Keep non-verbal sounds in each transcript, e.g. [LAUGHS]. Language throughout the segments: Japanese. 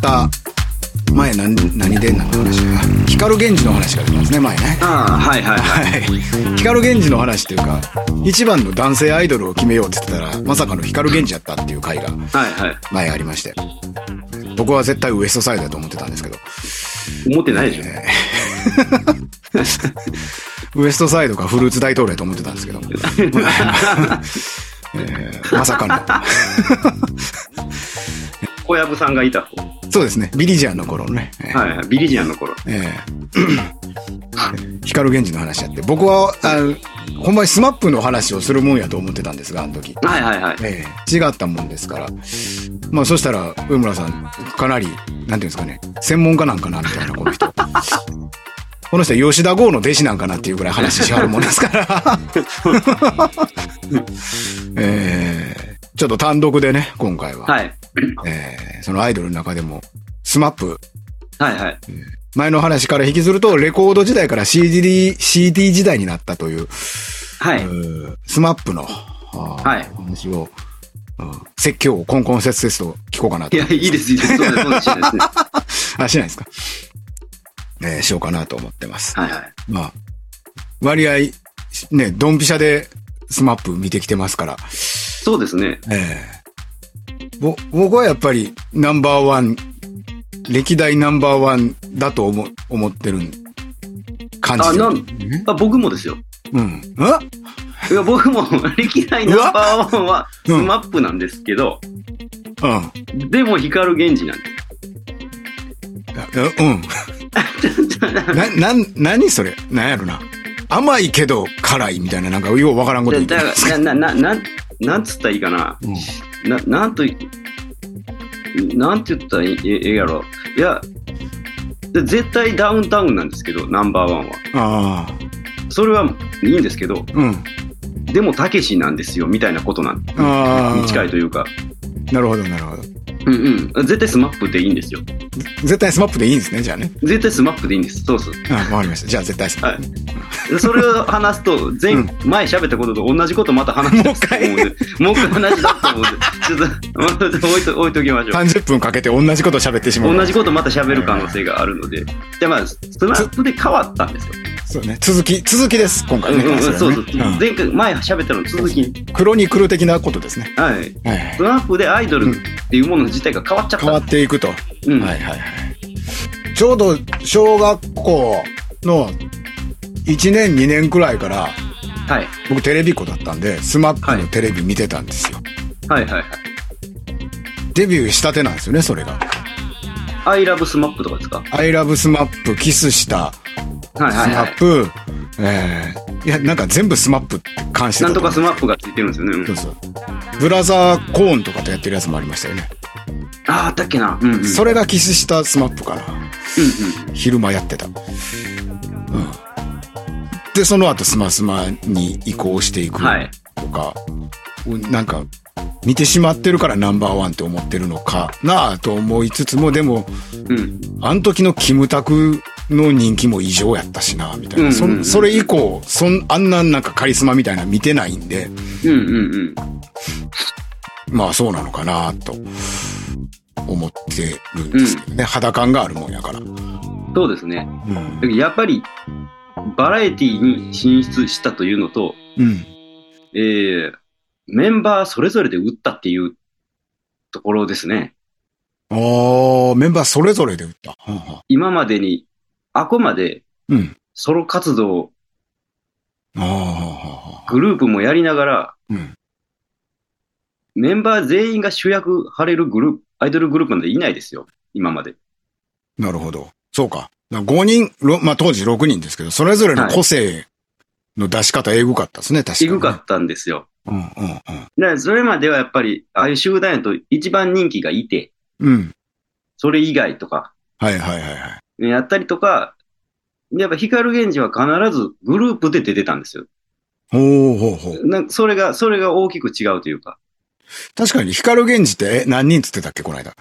た前何何で何の話だ光源氏の話が出たんですね前ねああ、はいはいはい。はい光源氏の話っていうか一番の男性アイドルを決めようって言ってたらまさかの光源氏やったっていう回がはいはい。前ありまして僕は絶対ウエストサイドだと思ってたんですけど思ってないでしょ。ウエストサイドかフルーツ大統領やと思ってたんですけども、 [LAUGHS] えーまさかの小籔さんがいた方。そうですねビリジアンの頃のね、えーはいはい。ビリジアンの頃。え [COUGHS] ー光源氏の話やって僕はあのほんまにスマップの話をするもんやと思ってたんですがあの時、はいはいはい。ええ違ったもんですからまあそしたら上村さんかなりなんていうんですかね専門家なんかなみたいなこの人 [LAUGHS] この人は吉田剛の弟子なんかなっていうぐらい話しはるもんですから [LAUGHS] ええちょっと単独でね今回は、はい。ええそのアイドルの中でもスマップはいはい。前の話から引きずるとレコード時代から CD, CD 時代になったというはうい。ースマップの、あーはいお話を、うん説教をコンコンセツセスと聞こうかないと。や、いいです、いいです。そうです、そうです。いいですねあ、しないですか。えーしようかなと思ってます。はいはい。まあ、割合、ね、ドンピシャでスマップ見てきてますから、そうですね。えーぼ僕はやっぱりナンバーワン、歴代ナンバーワンだと思思ってる感じあ、てるなん、あ僕もですよ。うん。あいや、僕も歴代ナンバーワンはスうんマップなんですけど、うん。でも光源氏なんでえうん。な、なん、何それなんやろな。甘いけど辛いみたいな、なんかようわからんこと言す。ってだるだから、な、な、な、なんつったらいいかな。うんな、なんとい、なんて言ったらいいええやろ。いや、で絶対ダウンタウンなんですけど、ナンバーワンは。ああ、それはいいんですけど、うん。でもたけしなんですよ、みたいなことなんああに近いというか。なるほど、なるほど。うんうん。絶対スマップでいいんですよ。絶対スマップでいいんですね、じゃあね。絶対スマップでいいんです。そうそう。うん、わかりました。じゃあ絶対スマップ。それを話すと、前、うん前喋ったことと同じことまた話したと思うんで、もう一回同じだと思うんで、ちょっと、また置い [LAUGHS] と、置いときましょう。 30分かけて同じこと喋ってしまう。同じことまた喋る可能性があるので、で、まあ、スマップで変わったんですよ。そうね。続き、続きです、今うん回うね。んうん、そそれはうねそう。うん前回、前喋ったのの続き、クロニクル的なことですね。はい。はいはいスマップでアイドルっていうもの自体が変わっちゃっ変わた。っていくと。うん。はいはいはい。ちょうど小学校の1年2年くらいからはい。僕テレビっ子だったんで、スマップのテレビ見てたんですよ。はいはいはい。デビューしたてなんですよね、それが。アイラブスマップとかですか I love スマップ、キスした、はいスはいマはいッ。プ、えー、いや、なんか全部スマップって関してなたんと思かうスマップがついてるんですよね。うんそうそう。ブラザーコーンとかとやってるやつもありましたよね。ああ、だっけな。うん、うん。それがキスしたスマップかな。うん昼間やってた。うん。で、その後スマスマに移行していくはいとか、うんなんか、見てしまってるからナンバーワンって思ってるのかなあと思いつつも、でも、うん。うん。あの時のキムタクの人気も異常やったしな、みたいな。うんそうんうんそれ以降、そん、あんななんかカリスマみたいなの見てないんで、うんうんうん。まあそうなのかな、と思ってるんですけどね。肌感があるもんやから。うん。そうですね。やっぱり、バラエティに進出したというのと、うん。えー、メンバーそれぞれで打ったっていうところですね。ああ、メンバーそれぞれで打った。はんは今までに、あくまでんうん。ソロ活動、ああ、はあはあ。グループもやりながら、うん。メンバー全員が主役張れるグループ、アイドルグループなんていないですよ。今まで。なるほど。そうか。5人、ろまあ当時6人ですけど、それぞれの個性の出し方、えぐかったですね、確かえに、ぐかったんですよ。うんうんだからそれまではやっぱり、ああいう集団やと一番人気がいて、うん。うん。それ以外とか、はいはいはいはい。やったりとか、やっぱ光源氏は必ずグループで出てたんですよ。ほうほうほう。なんかそれが、それが大きく違うというか、確かに、光源氏ってえ何人つってたっけ、この間。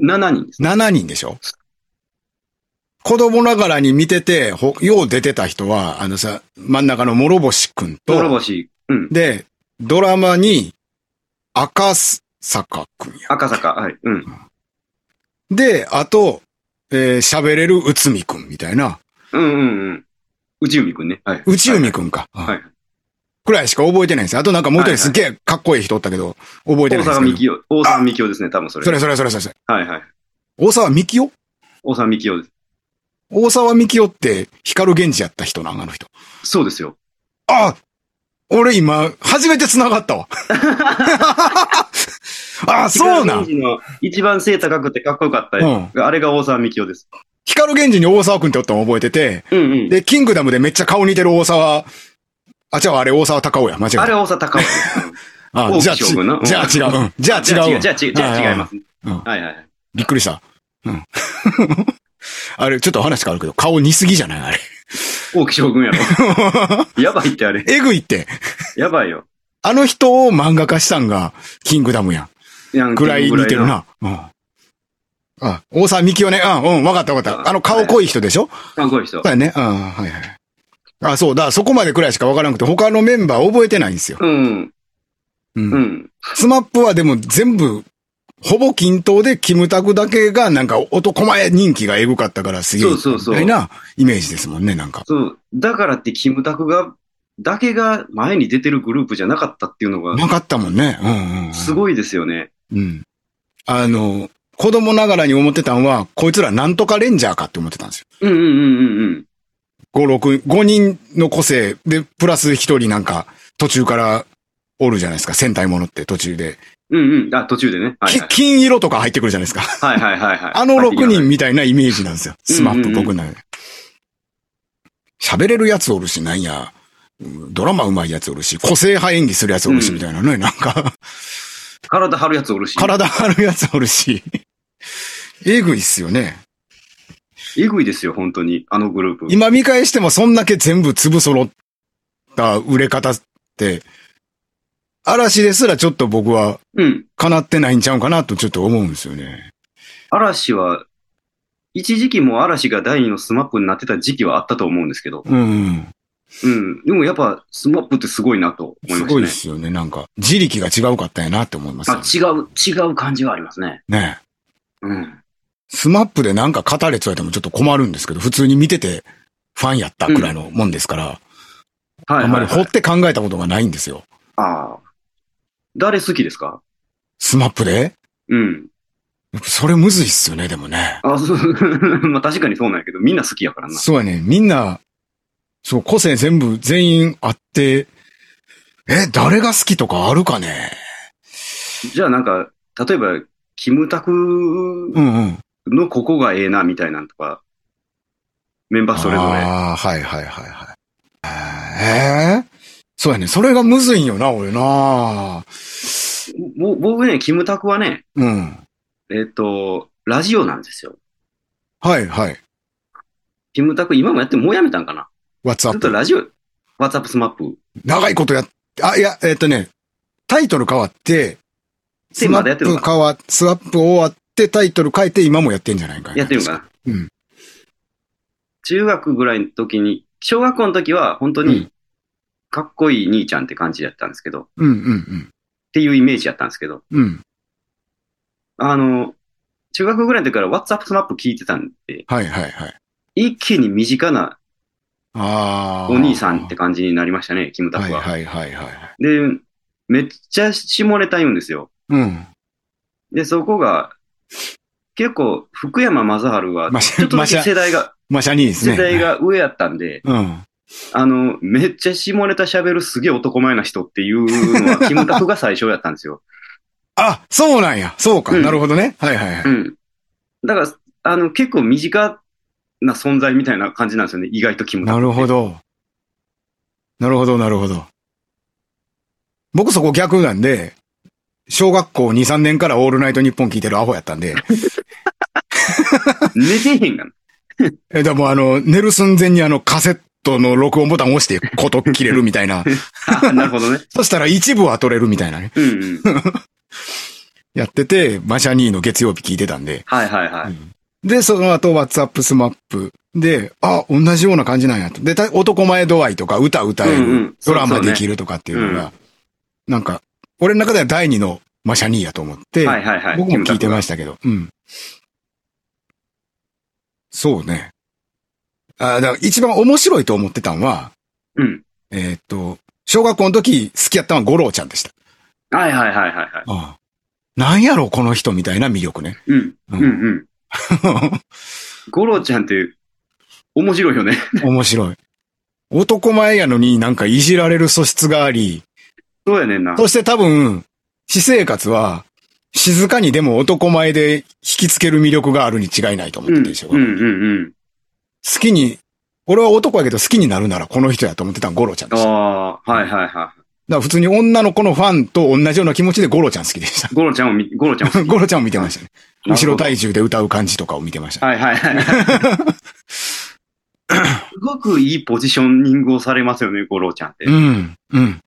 7人です。 7人でしょ子供ながらに見てて、ほよう出てた人は、あのさ、真ん中の諸星くんと、諸星、うん。で、ドラマに、赤坂くんや。赤坂、はい。うん。で、あと、えー喋れる内海くんみたいな。うんうんうん。内海くんね。はい。内海くんか。はい。うんくらいしか覚えてないんですよ。あとなんかもう一人すっげえかっこいい人おったけど、覚えて大ないんです阪けみど。きお、大阪みきおですね、多分それ。それそれそれそれそれ。はいはい。大沢みきお大阪みきおです。大沢みきおって光源氏やった人なん、あの人。そうですよ。あ俺今、初めて繋が [LAUGHS] ったわ。あ、そうなん。光源氏の一番背高くてかっこよかった、うあれが大沢みきおです。光源氏に大沢くんっておったの覚えてて、うんうん。で、キングダムでめっちゃ顔似てる大沢、あ、じゃああれ大沢隆夫や、間違えあれた。は大沢高尾です。うんあ大じゃあ木将軍なち、じゃあ違う。うんじゃあじゃあ違うわ。じゃあ違う、じゃあ違います。うんはいはい。びっくりした。うん。 [LAUGHS] あれ、ちょっと話変わるけど、顔似すぎじゃないあれ。大木将軍や [LAUGHS] ろ。やばいってあれ。えぐいって。やばいよ。あの人を漫画化したんが、キングダムややんん。ぐらい似てる。な。うん。あ、大沢みきおね。うん、うん、わかったわかった。あの、顔濃い人でしょかっこいい人そう。やね。うん、はいはい。あ、そうだ、そこまでくらいしかわからなくて、他のメンバー覚えてないんですよ。うん。うん。うん。スマップはでも全部、ほぼ均等で、キムタクだけが、なんか、男前人気がエグかったから、すげえ、そうみそうそうたいなイメージですもんね、なんか。そう。だからって、キムタクが、だけが前に出てるグループじゃなかったっていうのが、なかったもんね。うんうん、うん。すごいですよね。うん。あの、子供ながらに思ってたんは、こいつらなんとかレンジャーかって思ってたんですよ。うんうんうんうん5、6、5人の個性で、プラス1人なんか、途中からおるじゃないですか。戦隊ものって途中で。うん。うんうん。あ、途中でね。はいきはい。金色とか入ってくるじゃないですか。はいはいはいはい。あの6はい人。みたいなイメージなんですよ。うんスマッうプんうん僕の中で。喋れるやつおるし、なんや。うんドラマ上手いやつおるし、個性派演技するやつおるし、うんみたいなね。なんか、体張るやつおるし。体張るやつおるし。えぐいっすよね。えぐいですよ、本当に。あのグループ。今見返してもそんだけ全部粒揃った売れ方って、嵐ですらちょっと僕はうん。叶ってないんちゃうかなとちょっと思うんですよね。嵐は、一時期も嵐が第二のスマップになってた時期はあったと思うんですけど。うん。うん。でもやっぱ、スマップってすごいなと思いすましたごいねで。すよね。なんか、自力が違うかったんやなって思いますよね。あ、違う、違う感じはありますね。ねえうん。スマップでなんか語れつわれてもちょっと困るんですけど、普通に見ててファンやったくらいのもんですから、はいはいはい、あんまり掘って考えたことがないんですよ。ああ。誰好きですかスマップでうん。やっぱそれむずいっすよね、でもね。あそう [LAUGHS] まあ確かにそうなんやけど、みんな好きやからな。そうやね。みんな、そう、個性全部、全員あって、え、誰が好きとかあるかねじゃあなんか、例えば、キムタクうんうん。のここがええな、みたいなんとか、メンバーそれぞれ。ああ、はいはいはいはい。ええそうやね。それがむずいんよな、俺な。ぼ僕ね、キムタクはね、うん。えっ、と、ラジオなんですよ。はいはい。キムタク今もやってもうやめたんかな What's ずっと up? ラジオ、ワッツアップスマップ長いことやっ、あ、いや、えっ、とね、タイトル変わって、テーマでやってるのスマップ変わ、スワップ終わってタイトル変えて今もやってんじゃないかやってるんかなうん中学ぐらいの時に、小学校の時は本当うにかっこいい兄ちゃんって感じだったんですけど、っうんうんていうイメージやったんですけど、うん。うん。あの、中学ぐらいの時から WhatsApp スマップ聞いてたんで、はいはいはい。一気に身近なああ。お兄さんって感じになりましたね、キムタクは。はいはいはいはい。で、めっちゃ下ネタ言うんですよ。うん。で、そこが、結構、福山雅治は、ましちょっとだけ世代が、マシャニーですね。世代が上やったんで、うん。あの、めっちゃ下ネタ喋るすげえ男前な人っていうのは、キムタクが最初やったんですよ。 [LAUGHS] あ、そうなんや。そうか。うんなるほどね。はいはいはい。うん。だから、あの、結構身近な存在みたいな感じなんですよね。意外とキムタなク。るほど。なるほど、なるほど。僕そこ逆なんで、小学校2、3年からオールナイトニッポン聞いてるアホやったんで、 [LAUGHS] 寝てへんがな。え、でもあの、寝る寸前にあの、カセットの録音ボタンを押して、こと切れるみたいな。あなるほどね。そしたら一部は取れるみたいなね。うんうん。やってて、マシャニーの月曜日聞いてたんで。はいはいはい。で、その後、ワッツアップスマップで、あ、同じような感じなんやと。で、た男前度合いとか、歌歌える、うんうんドラそうマそうねできるとかっていうのが、なんか、俺の中では第二のマシャニーやと思って、はいはいはい。僕も聞いてキムましたけど、うん。そうね。あだから一番面白いと思ってたんは、うん。えーっと、小学校の時好きやったのは五郎ちゃんでした。はいはいはいはいはい。ああなんやろ、この人みたいな魅力 [LAUGHS] ね。うん。ううんんうん。ゴロちゃんって、面白いよね。 [LAUGHS] 面白い。男前やのになんかいじられる素質があり、そうやねんな。そして多分、私生活は、静かにでも男前で引きつける魅力があるに違いないと思っうてん。うたんでしょ。う好んうん。きに、俺は男やけど好きになるならこの人やと思ってたのゴロちゃんでした。だかああ、はいはいはら普通に女の子のファンと同じような気持ちでゴロちゃん好きで [LAUGHS] した。い。ゴロちゃんを見、ゴロちゃんを好きゴロちゃんを見てましたね。 [LAUGHS] 後ろなる体重で歌う感じとかを見てました。ほどはいはいはい。すごくいいポジショニングをされますよね、ゴロちゃんってう。ん、うん。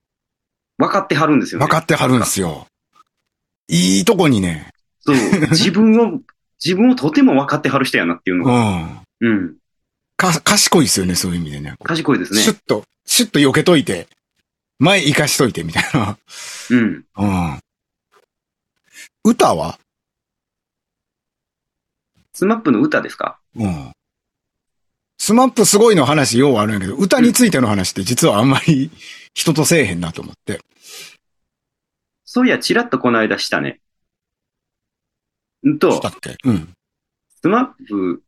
分かってはるんですよね。分かってはるんですよ。いいとこにね、そう。自 [LAUGHS] 分を、自分をとても分かってはる人やなっていうのうが。ん。うん。か、賢いですよね、そういう意味でね。賢いですシュね。ッと、シュッと避けといて、前生かしといてみたいな。 [LAUGHS] うん。うん。歌はスマップの歌ですかうん。スマップすごいの話ようあるんやけど、歌についての話って実はあんまり [LAUGHS] 人とせえへんなと思って。そういや、ちらっとこの間したね。んしとた、っけうん。スマップ、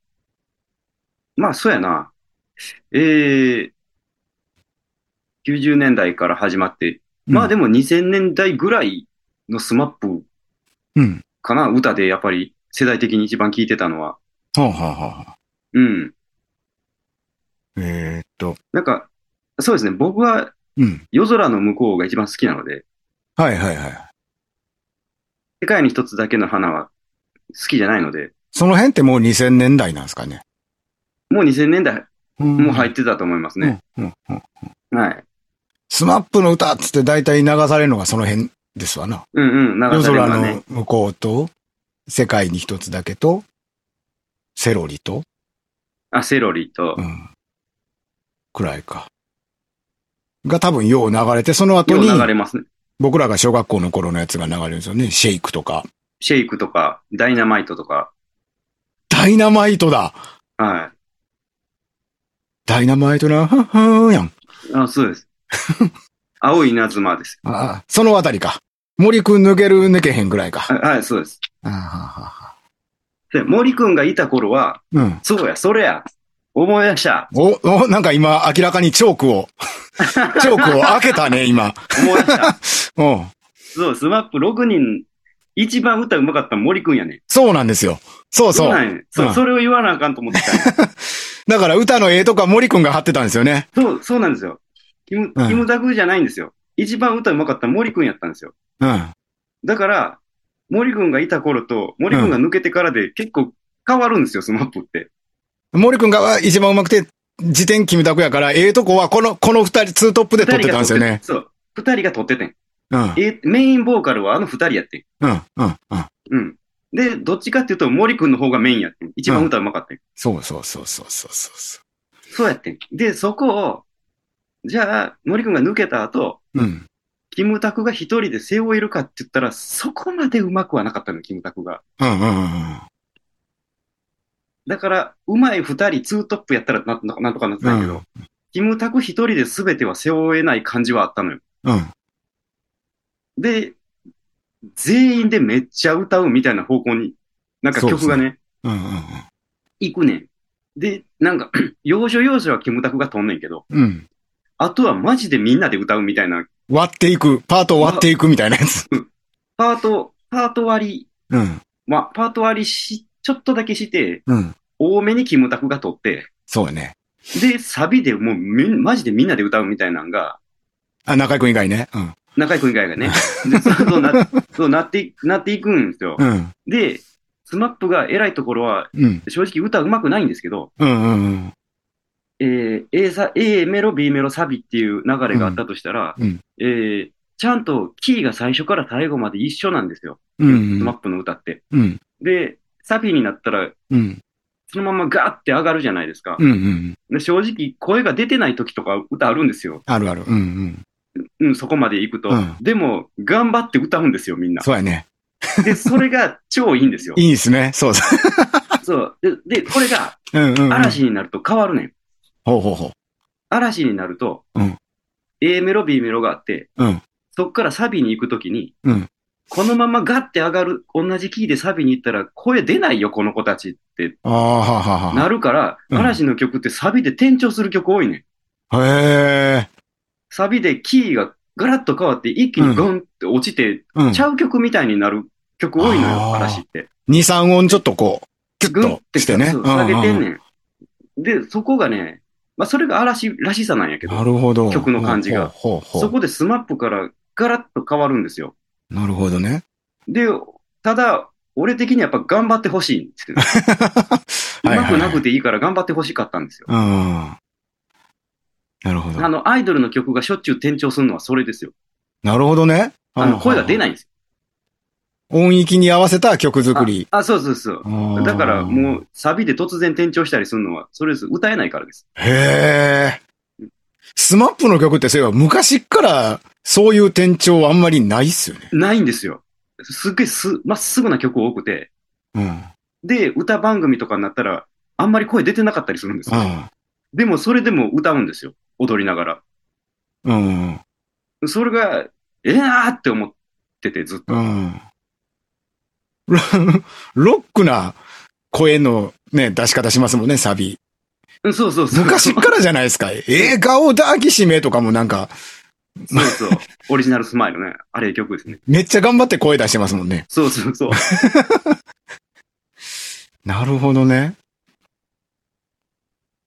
まあ、そうやな。えー、90年代から始まって、まあでも。も2000年代ぐらいのスマップうん。かな、歌でやっぱり世代的に一番聴いてたのは。はあ、はあはあ、うん。えーっと。なんか、そうですね、僕はうん。夜空の向こうが一番好きなので、はいはいはい。世界に一つだけの花は好きじゃないので、その辺ってもう2000年代なんですかね。もう2000年代もう入っってたと思いますてね。。うん。うん。はい。スマップの歌っつって大体流されるのがその辺ですわな。うんうん、長夜され空るのねの。向こうと、世界に一つだけと、セロリと、あ、セロリとう、ん。くらいか。が多分よう流れて、その後ように、流れますね。僕らが小学校の頃のやつが流れるんですよね。シェイクとか。シェイクとか、ダイナマイトとか、ダイナマイトだはダイナマイトな、はっはーやん。い。あ、そ [LAUGHS] うです。青い稲妻です。ああ、そのあたりか。森くん抜ける抜けへんぐらいか。あはい、そうです。ああはで、森くんがいた頃は、あはあうん。そうや、それや、思い出した、お、お、なんか今、明らかにチョークを、チョークを開けたね、今。思い出した。うん。そう、スマップ6人、一番歌うまかったの森くんやね。そうなんですよ。そうそう。なんやうそんう、それを言わなあかんと思っ [LAUGHS] てた。だから歌の絵とか森くんが貼ってたんですよね。そう、そうなんですよ。キム、うんキムタクじゃないんですよ。一番歌うまかったの森くんやったんですよ。うん。だから、森くんがいた頃と、森くんが抜けてからで結構変わるんですよ、スマップって。森くんが一番上手くて、時点キムタクやから、ええとこはこの、この二人、ツートップで撮ってたんですよね。そう。二人が撮っててん。うん。うん。え、メインボーカルはあの二人やってん。うん。うん。うん。で、どっちかっていうと、森くんの方がメインやってん。一番歌うまかったん。そうそうそうそうそうそそうやってん。で、そこを、じゃあ、森くんが抜けた後、う。うん。キムタクが一人で背負えるかって言ったら、そこまでうまくはなかったの、キムタクが。うんうんうんだから、うまい二人、ツートップやったらなんとかなんとかなってたんやけど、うんキムタク一人で全ては背負えない感じはあったのよ。うん。うん。で、全員でめっちゃ歌うみたいな方向に、なんか曲がね、うんうん行くねん。で、なんか、 [CLEARS THROAT] 要所要所はキムタクがとんねんけど、うん。うん。あとはマジでみんなで歌うみたいな、割っていく、パートを割っていくみたいなやつ。パート、パート割り、うん。まあ、パート割りし、ちょっとだけして、うん。多めにキムタクが取って、そうね。で、サビでもうみん、マジでみんなで歌うみたいなのが、あ、中井くん以外ね。うん。中居君以外がね、でそうそうなそうなってい、なっていくんですよう。ん。で、スマップが偉いところは、うん。正直歌うまくないんですけど、うんうんうん。えー A, さ A メロ、B メロ、サビっていう流れがあったとしたら、うんうんえーちゃんとキーが最初から最後まで一緒なんですよ、うスマッん。プの歌って。うん。で、サビになったら、うん。そのままガーって上がるじゃないですか。うんうん。で正直、声が出てない時とか歌あるんですよ。あるある。うんうん。うん、そこまで行くと。うんでも、頑張って歌うんですよ、みんな。そうやね。で、それが超いいんですよ。いいですね。そうそう。そう。で、でこれがうんうんうん。嵐になると変わるねん。ほうほうほ嵐になると、うん、 A メロ、B メロがあって、う。うん。そっからサビに行くときに、うんこのままガッて上がる、同じキーでサビに行ったら声出ないよ、この子たちってああ、はあはあなるから、うん嵐の曲ってサビで転調する曲多いねん。はあ。へえ。サビでキーがガラッと変わって一気にゴンって落ちて、うん。ちゃう曲みたいになる曲多いのあーよ、嵐って。二三音ちょっとこう、キュグッンっとてしてね。そうう下げてんんうんねん。で、そこがね、まあそれが嵐らしさなんやけなど、るほど。曲の感じがほうほうほうそこでスマップからガラッと変わるんですよ。なるほどね。で、ただ、俺的にはやっぱ頑張ってほしいんですけ [LAUGHS] ど、 [LAUGHS] うはいまはいくなくていいから頑張ってほしかったんですよ。うん。なるほどあ。の、アイドルの曲がしょっちゅう転調するのはそれですよ。なるほどね。あの、声が出い。ないんです音域に合わせた曲よ。作り。ああ、そうそうそう。だからもう。うサビで突然転調したりするのは、それです。歌えないからです。へえ。スマップの曲ってそういえば昔からそういう転調はあんまりないっすよね。ないんですよ。すっげえす、まっすぐな曲多くて、うん。うで、歌番組とかになったら、あんまり声出てなかったりするんですよ。ん。でもそれでも歌うんですよ。踊りながら。うん。それが、ええなーって思ってて、ずっと。うん。ロロックな声のね、出し方しますもんね、サビ。うん、そうそうそう。昔からじゃないです [LAUGHS] か。映画を抱きしめとかもなんか、そうそう。オリジナルスマイルね。あれ曲ですね。めっちゃ頑張って声出してますもんね。そうそうそう。なるほどね。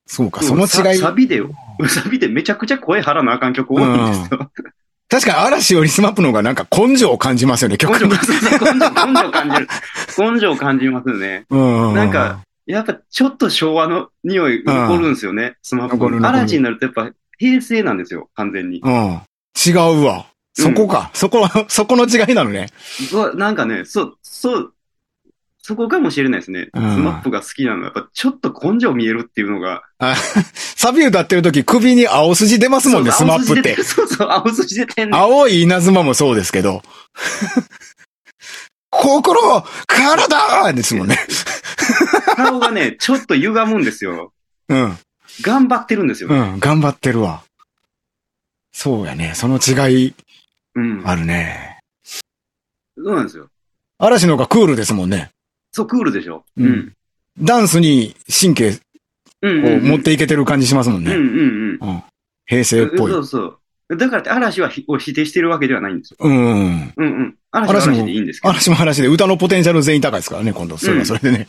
そうか、その違いサ。サビで、サビでめちゃくちゃ声張らなあかん曲多いんですよ。確かに嵐よりスマップの方がなんか根性を感じますよね、曲根性に。感じる。根性根性感じる。根性感じますね。うん。なんか、やっぱちょっと昭和の匂い残るんですよね。スマ残るホ残る嵐になるとやっぱ平成なんですよ、完全に。うん。違うわ。そこか。そこは、 [LAUGHS] そこの違いなのね。そうなんかね、そう、そう、そこかもしれないですね。スうんマップが好きなのは、やっぱちょっと根性見えるっていうのが。あ [LAUGHS] サビ歌ってる時首に青筋出ますもんね、スそうマップって。 [LAUGHS] そうそう、青筋出てんねん青い稲妻もそうですけ [LAUGHS] ど。心体ですもんね。顔がね、ちょっと歪むんですよ。うん。頑張ってるんですようね。ん。頑張ってるわ。そうやね。その違いうん。あるね。そうなんですよ。嵐の方がクールですもんね。そう、クールでしょ。うん。ダンスに神経うん。を持ってていけてる感じしますもんうんね。うんうん。平成っぽいそ。うそう。だからって嵐はひを否定してるわけではないんですよ。うんうん。うんうん。嵐は嵐も嵐でいいんですけど。嵐も嵐で歌のポテンシャル全員高いですからね、今度。それはそれでね。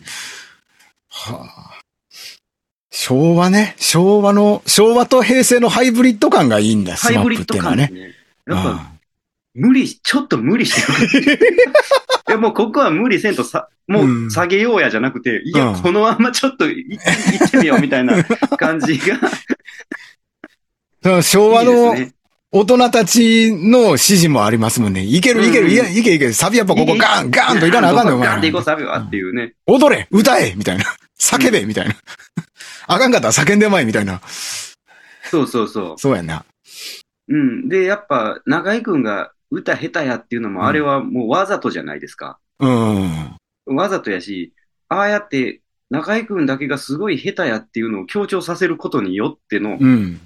はあ。昭和ね。昭和の、昭和と平成のハイブリッド感がいいんだ、ハスイマブリップッってドいうのは感ですね。ね。うんやっぱ、無理し、ちょっと無理し [LAUGHS] てる。いや、もうここは無理せんとさ、もうんう下げようやじゃなくて、いやうん、このままちょっとい行ってみようみた [LAUGHS] いな感じが。その昭和いいのですね大人たちの指示もありますもんね。いけるいける、いやいけいけ、サビやっぱここガン、ガンといかなあ [LAUGHS] かんねん、おガンと前行こう、。サビはっていうね。踊れ歌えみたいな。叫べみたいな。あかんかったら叫んでまいみたいな。そうそうそう。そうやんな。うん。で、やっぱ、中居君が歌下手やっていうのうんも、あれはもうわざとじゃないですか。うん。わざとやし、ああやって、中居君だけがすごい下手やっていうのを強調させることによっての、うん。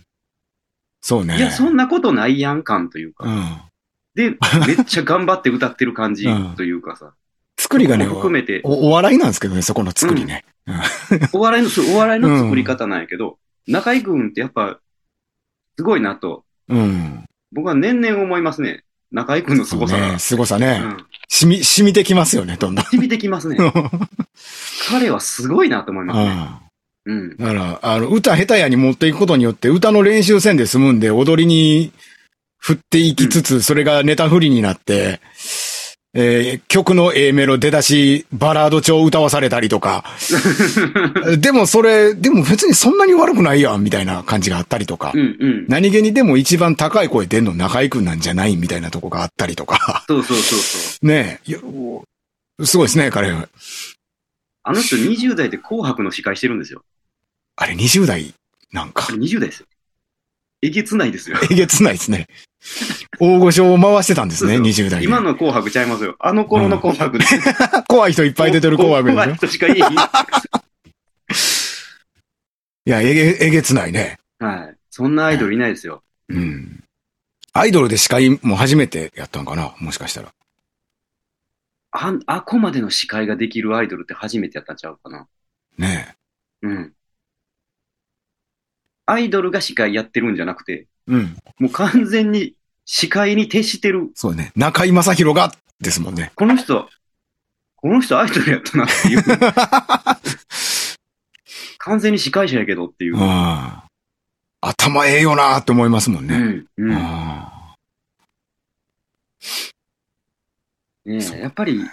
そうね。いや、そんなことないやん感といううか。ん。で、めっちゃ頑張って歌ってる感じうんというかさ。作りがね、ここも含めて、おお笑いなんですけどね、そこの作りね。お笑いの、そうお笑いの作り方なんやけど、中居君ってやっぱ、すごいなと、うん。僕は年々思いますね。中居君の凄さそうがね。。凄さねう。ん。しみ、しみてきますよね、どん [LAUGHS] どん。響いてきますねう。ん。彼はすごいなと思いますね。だうん。から、あの、歌下手やに持っていくことによって、歌の練習線で済むんで、踊りに振っていきつつ、それがネタ振りになって、えー曲の A メロ出だし、バラード調歌わされたりとか、でもそれ、でも別にそんなに悪くないやん、みたいな感じがあったりとかう。んうん。何気にでも一番高い声出んの中居くんなんじゃないみたいなとこがあったりとか。 [LAUGHS] そうそうそうそう。ねえいや。すごいですね、彼は。あの人20代で紅白の司会してるんですよ。あれ20代なんかあれ。20代ですよ。えげつないですよ。えげつないですね。大御所を回してたんですね、そうそう20代で今。の紅白ちゃいますよ。あの頃の紅白です。いっ怖い人いっぱい出てる紅白でしょ。人しかいい。いや、えげ、えげつないね。はい。そんなアイドルいないですよ。うん。アイドルで司会も初めてやったんかなもしかしたら。あん、あこまでの司会ができるアイドルって初めてやったんちゃうかな。ねうん。アイドルが司会やってるんじゃなくて、え。うん。もう完全に司会に徹してる。そうね。中居正広が、ですもんね。この人、この人アイドルやったなっていう。 [LAUGHS] 完全に司会者やけどっていうう。ん。頭ええよなーって思いますもんうね。ん。う。うんん。ねそうえ、やっぱり、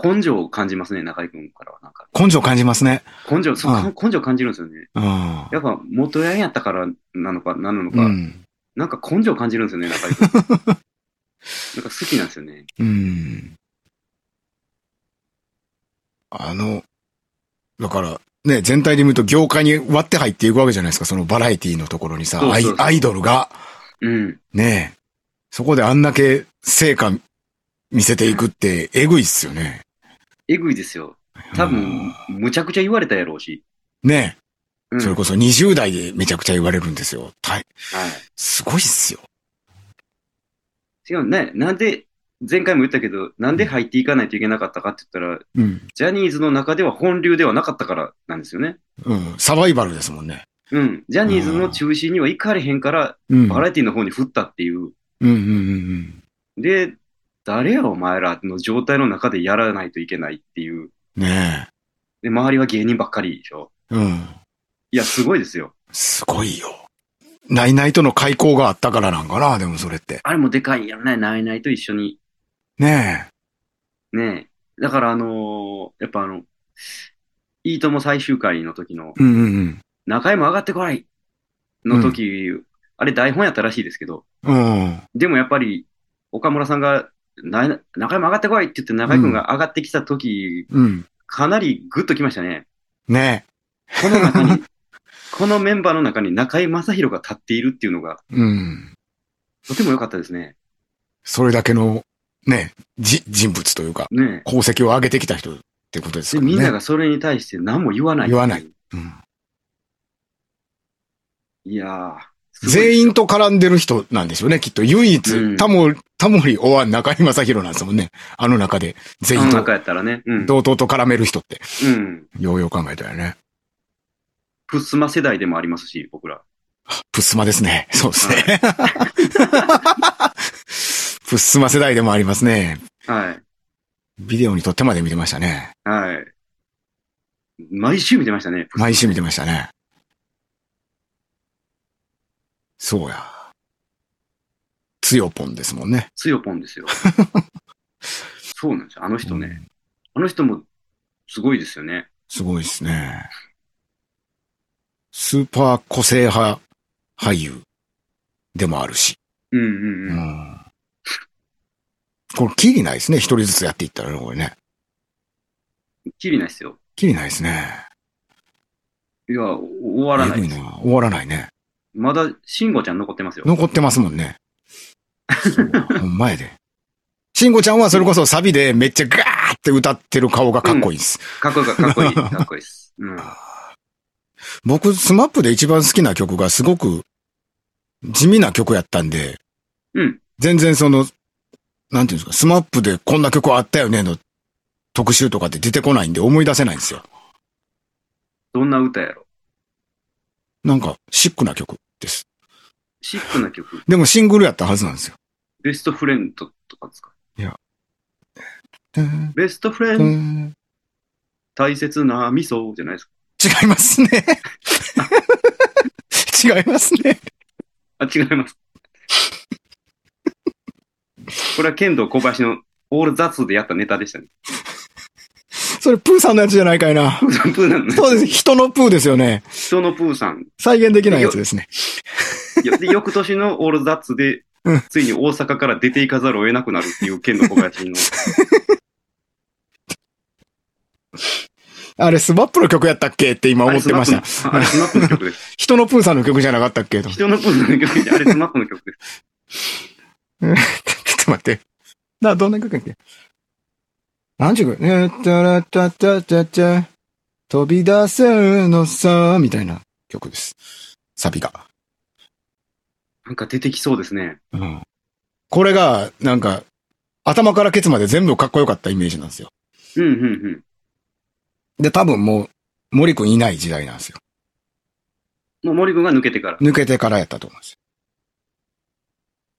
根性を感じますね、中居君からは。なんか、根性感じますね。根性、そう、う根性感じるんですよね。うん。やっぱ、元ヤンやったからなのか、何なのうか、ん。なんか根性感じるんですよね、中居君。 [LAUGHS] なんか好きなんですよね。うん。あの、だから、ね、全体で見ると業界に割って入っていくわけじゃないですか。そのバラエティのところにさ、そうそうそうアイアイドルが。うん。ねえ。そこであんだけ成果見せていくって、えぐいっすよね。えぐいですよ。多うん分、むちゃくちゃ言われたやろうし。ねうえ。ん。それはこそ20代でめちゃくちゃ言われるんですよ。大い。すごいっすよ。違うね。なんで、前回も言ったけど、なんで入っていかないといけなかったかって言ったら、うん。ジャニーズの中では本流ではなかったからなんですよね。うん。サバイバルですもんね。うん。ジャニーズの中心には行かれへんから、うん。バラエティの方に振ったっていう。うんうんうんで、誰やお前らの状態の中でやらないといけないっていう。うん。ねで、周りは芸人ばっかりでしょ。え。うん。いや、すごいですよ。すごいよ。ナイナイとの開口があったからなんかな、でもそれって。あれもでかいんやろね、ないないと一緒に。ねねえ。だからあのーやっぱあの、いいとも最終回の時の、え。うんうん中居も上がってこいの時、あれ台本やったらしいですけど、うん。うん。でもやっぱり、岡村さんが、な中居も上がってこいって言って中居君が上がってきた時、うん。かなりグッときましたね。ねこの中 [LAUGHS] に、このメンバーの中に中居正広が立っているっていうのが、え。うん。とても良かったですね。それだけの、ねえ、じ、人物というか、ねえ功績を上げてきた人ってことですでよね。みんながそれに対して何も言わない。言わない。うんいやー。すごいですよ全員と絡んでる人なんでしょうね、きっと。唯一、うんタモリ、タモリ、オアン、中居正広なんですもんね。あの中で、全あ員のと中、やったらね。うん。同等と絡める人って。うん。ようよう考えたらね。ふすま世代でもありますし、僕ら。プッスマですね。そうですね。 [LAUGHS] プッスマ世代でもありますね。はい。ビデオに撮ってまで見てましたね。はい。毎週見てましたね。毎週見てましたね。そうや。つよぽんですもんね。つよぽんです [LAUGHS] よ。そうなんですよ。あの人ね。あの人もすごいですよね。すごいですね。スーパー個性派俳優でもあるし。うんうんううん。ん。これ、キリないですね。一人ずつやっていったらね、これね。きりないですよ。キリないですね。いや、お終わらないえでぐす。な。終わらないね。まだ、慎吾ちゃん残ってますよ。残ってますもんね。そうほんまやで。しんごちゃんはそれこそサビでめっちゃガーって歌ってる顔がかっこいいです。かっこいいか、かっこいい。 [LAUGHS] かっこいいです。うん。僕、スマップで一番好きな曲がすごく地味な曲やったんで、うん全然その、なんていうんですか、スマップでこんな曲あったよねの特集とかって出てこないんで思い出せないんですよ。どんな歌やろ。なんか、シックな曲です。シックな曲。でもシングルやったはずなんですよ。ベストフレンドとかですか。違ベストフレンド、大切な味噌じゃないですか。いますね。違いますね。あ、違います。これは剣道小林のオールザツでやったネタでしたね。それ、プーさんのやつじゃないかいなプ。ーさん、プーさんの、そうです。人のプーですよね。人のプーさん。再現できないやつですね。よで翌年のオールザッツでうん、ついに大阪から出ていかざるを得なくなるっていう剣道小林の。あれ、スマップの曲やったっけって今あ思れってました。スマップあれスマップ [LAUGHS] の曲です。人のプーさんの曲じゃなかったっけと。人のプーさんの曲で、あれスマップの曲です。ちょっと待って。な、どんな曲やっけ何時ぐらいたらたたたた、飛び出せのさ、みたいな曲です。サビが。なんか出てきそうですね。うん。これが、なんか、頭からケツまで全部かっこよかったイメージなんですよ。うん、うん、うん。で、多分もう、森くんいない時代なんですよ。もう森君が抜けてから。抜けてからやったと思うんですよ。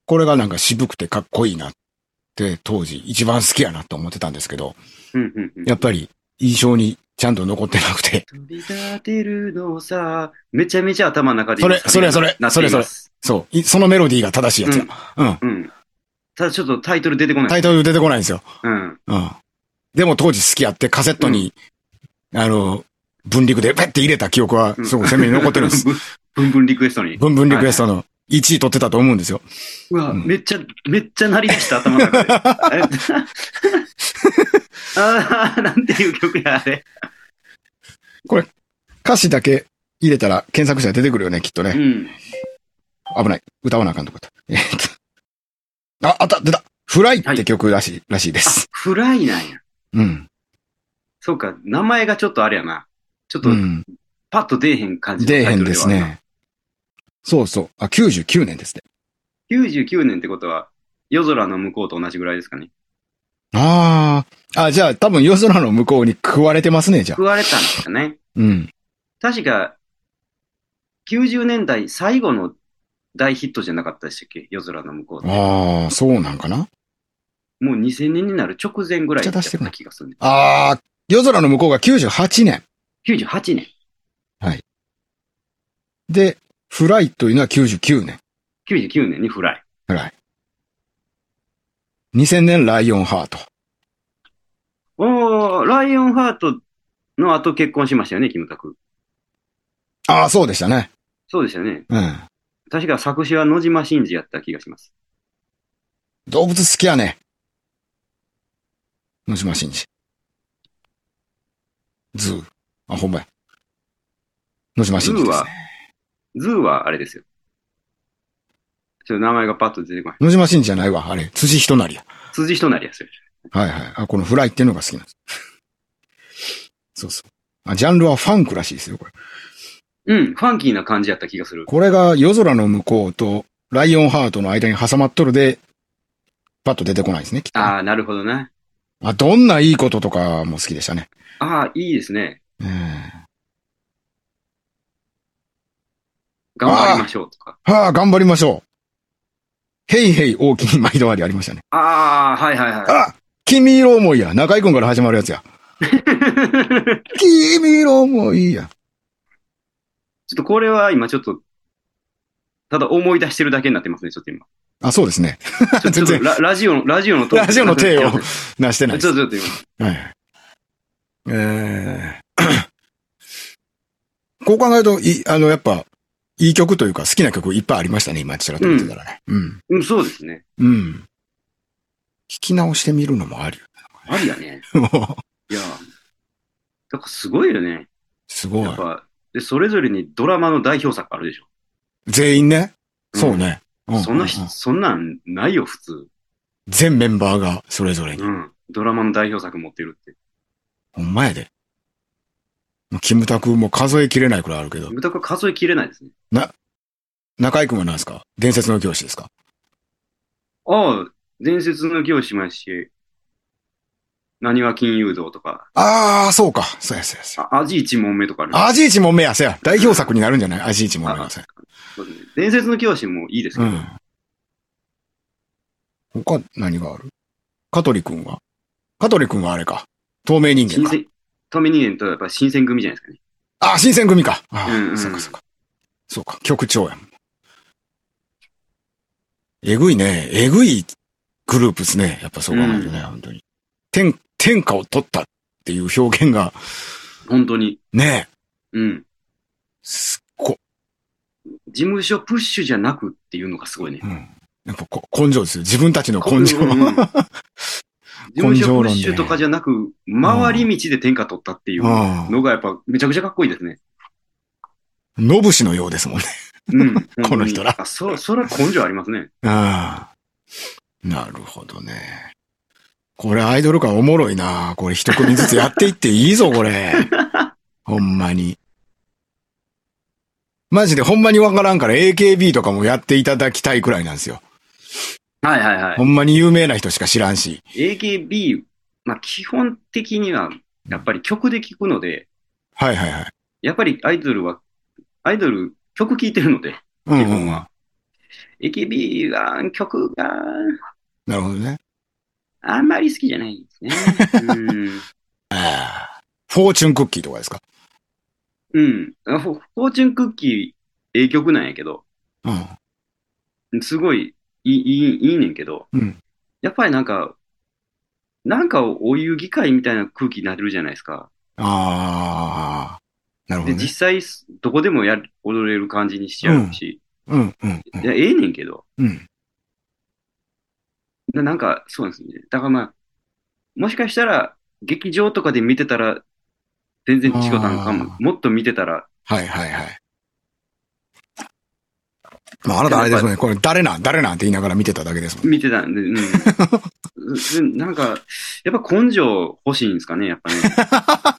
これがなんか渋くてかっこいいなって、当時一番好きやなと思ってたんですけど、うん、うん、うん。やっぱり印象にちゃんと残ってなくて、飛び立てるのさ、めちゃめちゃ頭の中でそれ今それそれなっていますそう、いそのメロディーが正しいやつや。うん。うん。ただちょっとタイトル出てこなタい。イトル出てこないんですよ。うん。うん。でも当時好きやってカセットに、あの、分陸でペッて入れた記憶はすごく鮮明に残ってるんです。。 [LAUGHS] ブンブンリクエストに。ブンブンリクエストの1位取ってたと思うんですよ。うわ、うんめっちゃ、めっちゃ鳴り出した、頭の中で。あれ [LAUGHS] あー、なんていう曲や、あれ。歌詞だけ入れたら検索したら出てくるよね、きっとね。うん。危ない。歌わなあかんとこだった。え [LAUGHS] ーっと。あ、あった、出た。フライって曲らしい、らしいであす。、フライなんや。うん。そうか、名前がちょっとあれやな。ちょっとう、ん。パッと出えへん感じの出えタへイトんルではすね。そうそう。あ、99年ですね。 99年ってことは、夜空の向こうと同じぐらいですかね。ああ。あ、じゃあ多分夜空の向こうに食われてますね、じゃあ。食われたんですよね。うん。確か、90年代最後の大ヒットじゃなかったでしたっけ夜空の向こうって。ああ、そうなんかな。もう2000年になる直前ぐらいだった気がするね。ああ、夜空の向こうが98年。 98年。で、フライというのは99年。 99年にフライ。フライ。2000年ライオンハート。おー、ライオンハートの後結婚しましたよね、キムタク。ああ、そうでしたね。そうでしたよね。うん。確か作詞は野島真司やった気がします。動物好きやね。野島真司。ズー。あ、ほんまや。野島真司でズーすはね。ズーはあれですよ。ちょっと名前がパッと出てこない。野島真司じゃないわ。あれ、辻人成や。辻人なりやすよ。はいはい。あ、このフライっていうのが好きなんです。そうそう。あ、ジャンルはファンクらしいですよ、これ。うん、ファンキーな感じやった気がする。これが夜空の向こうとライオンハートの間に挟まっとるで、パッと出てこないですね、きっとね。ああ、なるほどね。あ、どんないいこととかも好きでしたね。ああ、いいですね。うん頑張りましょうとか。はあ、頑張りましょう。ヘイヘイ大きに毎度ありありましたね。ああ、はいはいはあ君色思いや。中井くんから始まるやつや。い。君色思いや。 [LAUGHS] ちょっとこれは今ちょっと、ただ思い出してるだけになってますね、ちょっと今。あ、そうですね。ち [LAUGHS] ょ全然ちょっとララジオの、ラジオのラジオの [LAUGHS] 手をなしてちなょいっです。とはいはちょっと今。い。えー [CLEARS THROAT] こう考えると、い、あの、やっぱ、いい曲というか好きな曲いっぱいありましたね。今、ちらっと見てたらね。うん。うん、そうですね。うん。聞き直してみるのもあ [LAUGHS] るありやね。よ。もういや。だからすごいよね。すごいやっ。ぱ、で、それぞれにドラマの代表作あるでしょ。全員ね。うんそうね。うんそんなうんひうん、そんなんないよ、普通。全メンバーがそれぞれに。うん。ドラマの代表作持ってるって。ほんまやで。もうキムタクも数えきれないくらいあるけど。無駄は数えきれないですね。中井くんは何ですか伝説の教師ですかああ、伝説の教師もやし、何は金融道とか、ああ、そうか。そうやそうやそうあ味一問目とかある。や。味一問目や、そうや。代表作になるんじゃない味一問目あや、そうそうですね伝説の教師もいいですけや。ど、うん。他何がある香取くんは香取くんはあれか。透明人新間か。鮮、トミニエンとやっぱ新選組じゃないですかね。ああ、新選組か。ああ、うんうんそうかそうか。そうか、局長やもん。えぐいね。えぐいグループですね。やっぱそう考えるとね、本当に。天、天下を取ったっていう表現が、本当に。ねえ、うん。すっご、事務所プッシュじゃなくっていうのがすごいねう。ん。やっぱこ根性ですよ。自分たちの根性。う [LAUGHS] んうんうん事務根性所論プでッシュとかじゃなく、回り道で天下取ったっていううんのがやっぱめちゃくちゃかっこいいですね。のぶしのようですもんね。うん。 [LAUGHS] この人らあ、そ、それは根性ありますね。ああ。なるほどね。これアイドル感おもろいな。これ一組ずつやっていっていい [LAUGHS] ぞ、これ。ほんまに。マジでほんまにわからんから AKB とかもやっていただきたいくらいなんですよ。はいはいはほんまに有名な人しか知らんし。い。AKB、まあ基本的には、やっぱり曲で聴くので、はいはいはい。やっぱりアイドルは、アイドル曲聴いてるので、うん、基本うん。は。AKB は曲がなるほどね。あんまり好きじゃないですね。うんフォーチュンクッキーとかですかうん。あフォフォーチュンクッキー、ええ曲なんやけど、うん。すごいいい、いい、いいねんけど、うんやっぱりなんか、なんかお遊戯会みたいな空気になってるじゃないですか。ああ。なるほで、どね実。際、どこでもやる踊れる感じにしちゃうし、うんうんうんいや、ええねんけど、うん。ななんか、そうなんですね。だからまあ、もしかしたら、劇場とかで見てたら、全然違ったんかもあ。もっと見てたら、はいはいはい。まあ、あなたあれですもんね。これ誰なん誰なんって言いながら見てただけですもんね。 [LAUGHS] 見てたんで、うんうん。なんか、やっぱ根性欲しいんですかね、やっぱね。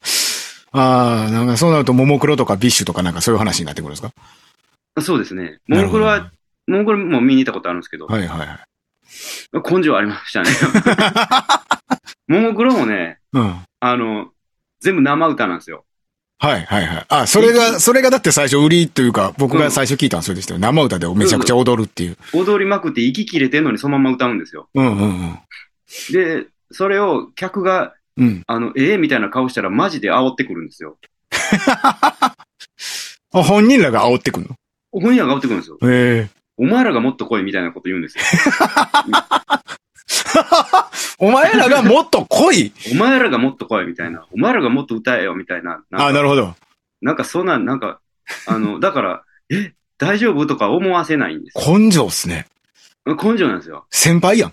[LAUGHS] ああ、なんかそうなると、ももクロとかビッシュとかなんかそういう話になってくるんですかそうですね。モなンるゴほどルは、モンゴルも見に行ったことあるんですけど、はいはいはい。根性ありまし [LAUGHS] たね。モンゴルもね、うん。はいあの、全部生歌なんですよ。はいはい。あ、それが、それがだって最初売りというか、僕が最初聞いたんですよでしたよ。生歌でめちゃくちゃ踊るっていう。踊りまくって息切れてんのにそのまま歌うんですよ。うんうんうん。で、それを客が、うん。あの、ええみたいな顔したらマジで煽ってくるんですよ。あ、本人らが煽ってくんの本人が煽ってくるんですよ。へえ。お前らがもっと来いみたいなこと言うんですよ。 [LAUGHS] [LAUGHS] お前らがもっと来いお前らがもっと来いみたいな。お前らがもっと歌えよみたいな。なんかあ、なるほど。なんかそんな、なんか、あの、だから、 [LAUGHS] え、大丈夫とか思わせないんですよ。根性っすね。根性なんですよ。先輩やん。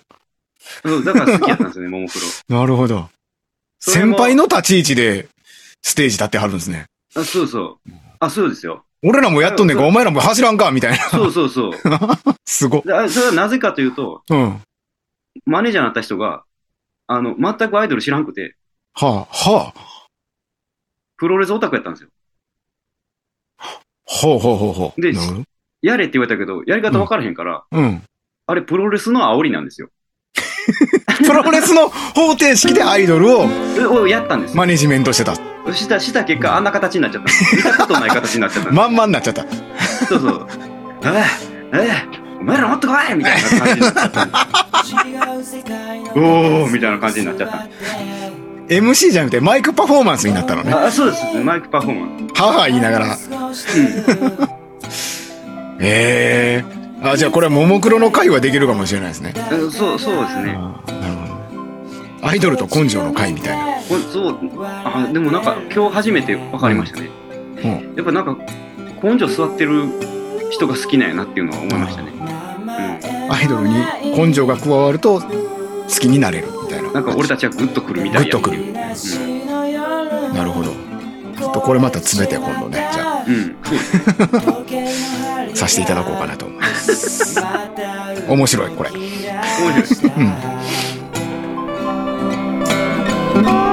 そう、だから好きやったんですよね、ももクロ。なるほど。それも先輩の立ち位置でステージ立ってはるんですね。あ、そうそう。あ、そうですよ。俺らもやっとんねんか、お前らも走らんか、みたい [LAUGHS] な。そうそうそう。すご。だそれはなぜかというと、うん。はマネージャーになった人が、あの、全くアイドル知らんくて、あ、はあ。プロレスオタクやったんですよ。ほうほうほうほう。でなるほどやれって言われたけど、やり方わからへんから、うん。あれプロレスの煽りなんですよ。プロレスの方程式でアイドルをえをやったんですよ。マネジメントしてた。した、した結果、あんな形になっちゃったんです。見たことない形になっちゃったんでまんまになっちゃった。す。そうそう。ええ、ええ、お前らもっと来いみたいな感じになっちゃったんでおーみたいな感じになっちゃった。 MC じゃなくてマイクパフォーマンスになったのす。ね。あ、そうです。マイクパフォーマンス。母言いながら。ええあ、じゃあこれはももクロの会はできるかもしれないですね。え [LAUGHS] そう、そうですね。あーなるほどね。アイドルと根性の会みたいな。こそう、あ、でもなんか今日初めて分かりましたね。うん。やっぱなんか根性座ってる人が好きなんやなっていうのは思いましたね。アイドルに根性が加わると好きになれるみたいな。なんか俺たちはグッとくるみたいやっていう。グうんなるほど。ちょっとこれまた詰めて今度ね、じゃあ、うん、そうですね。させていただこうかなと思います。面白い、これ。面白いです。うん。 「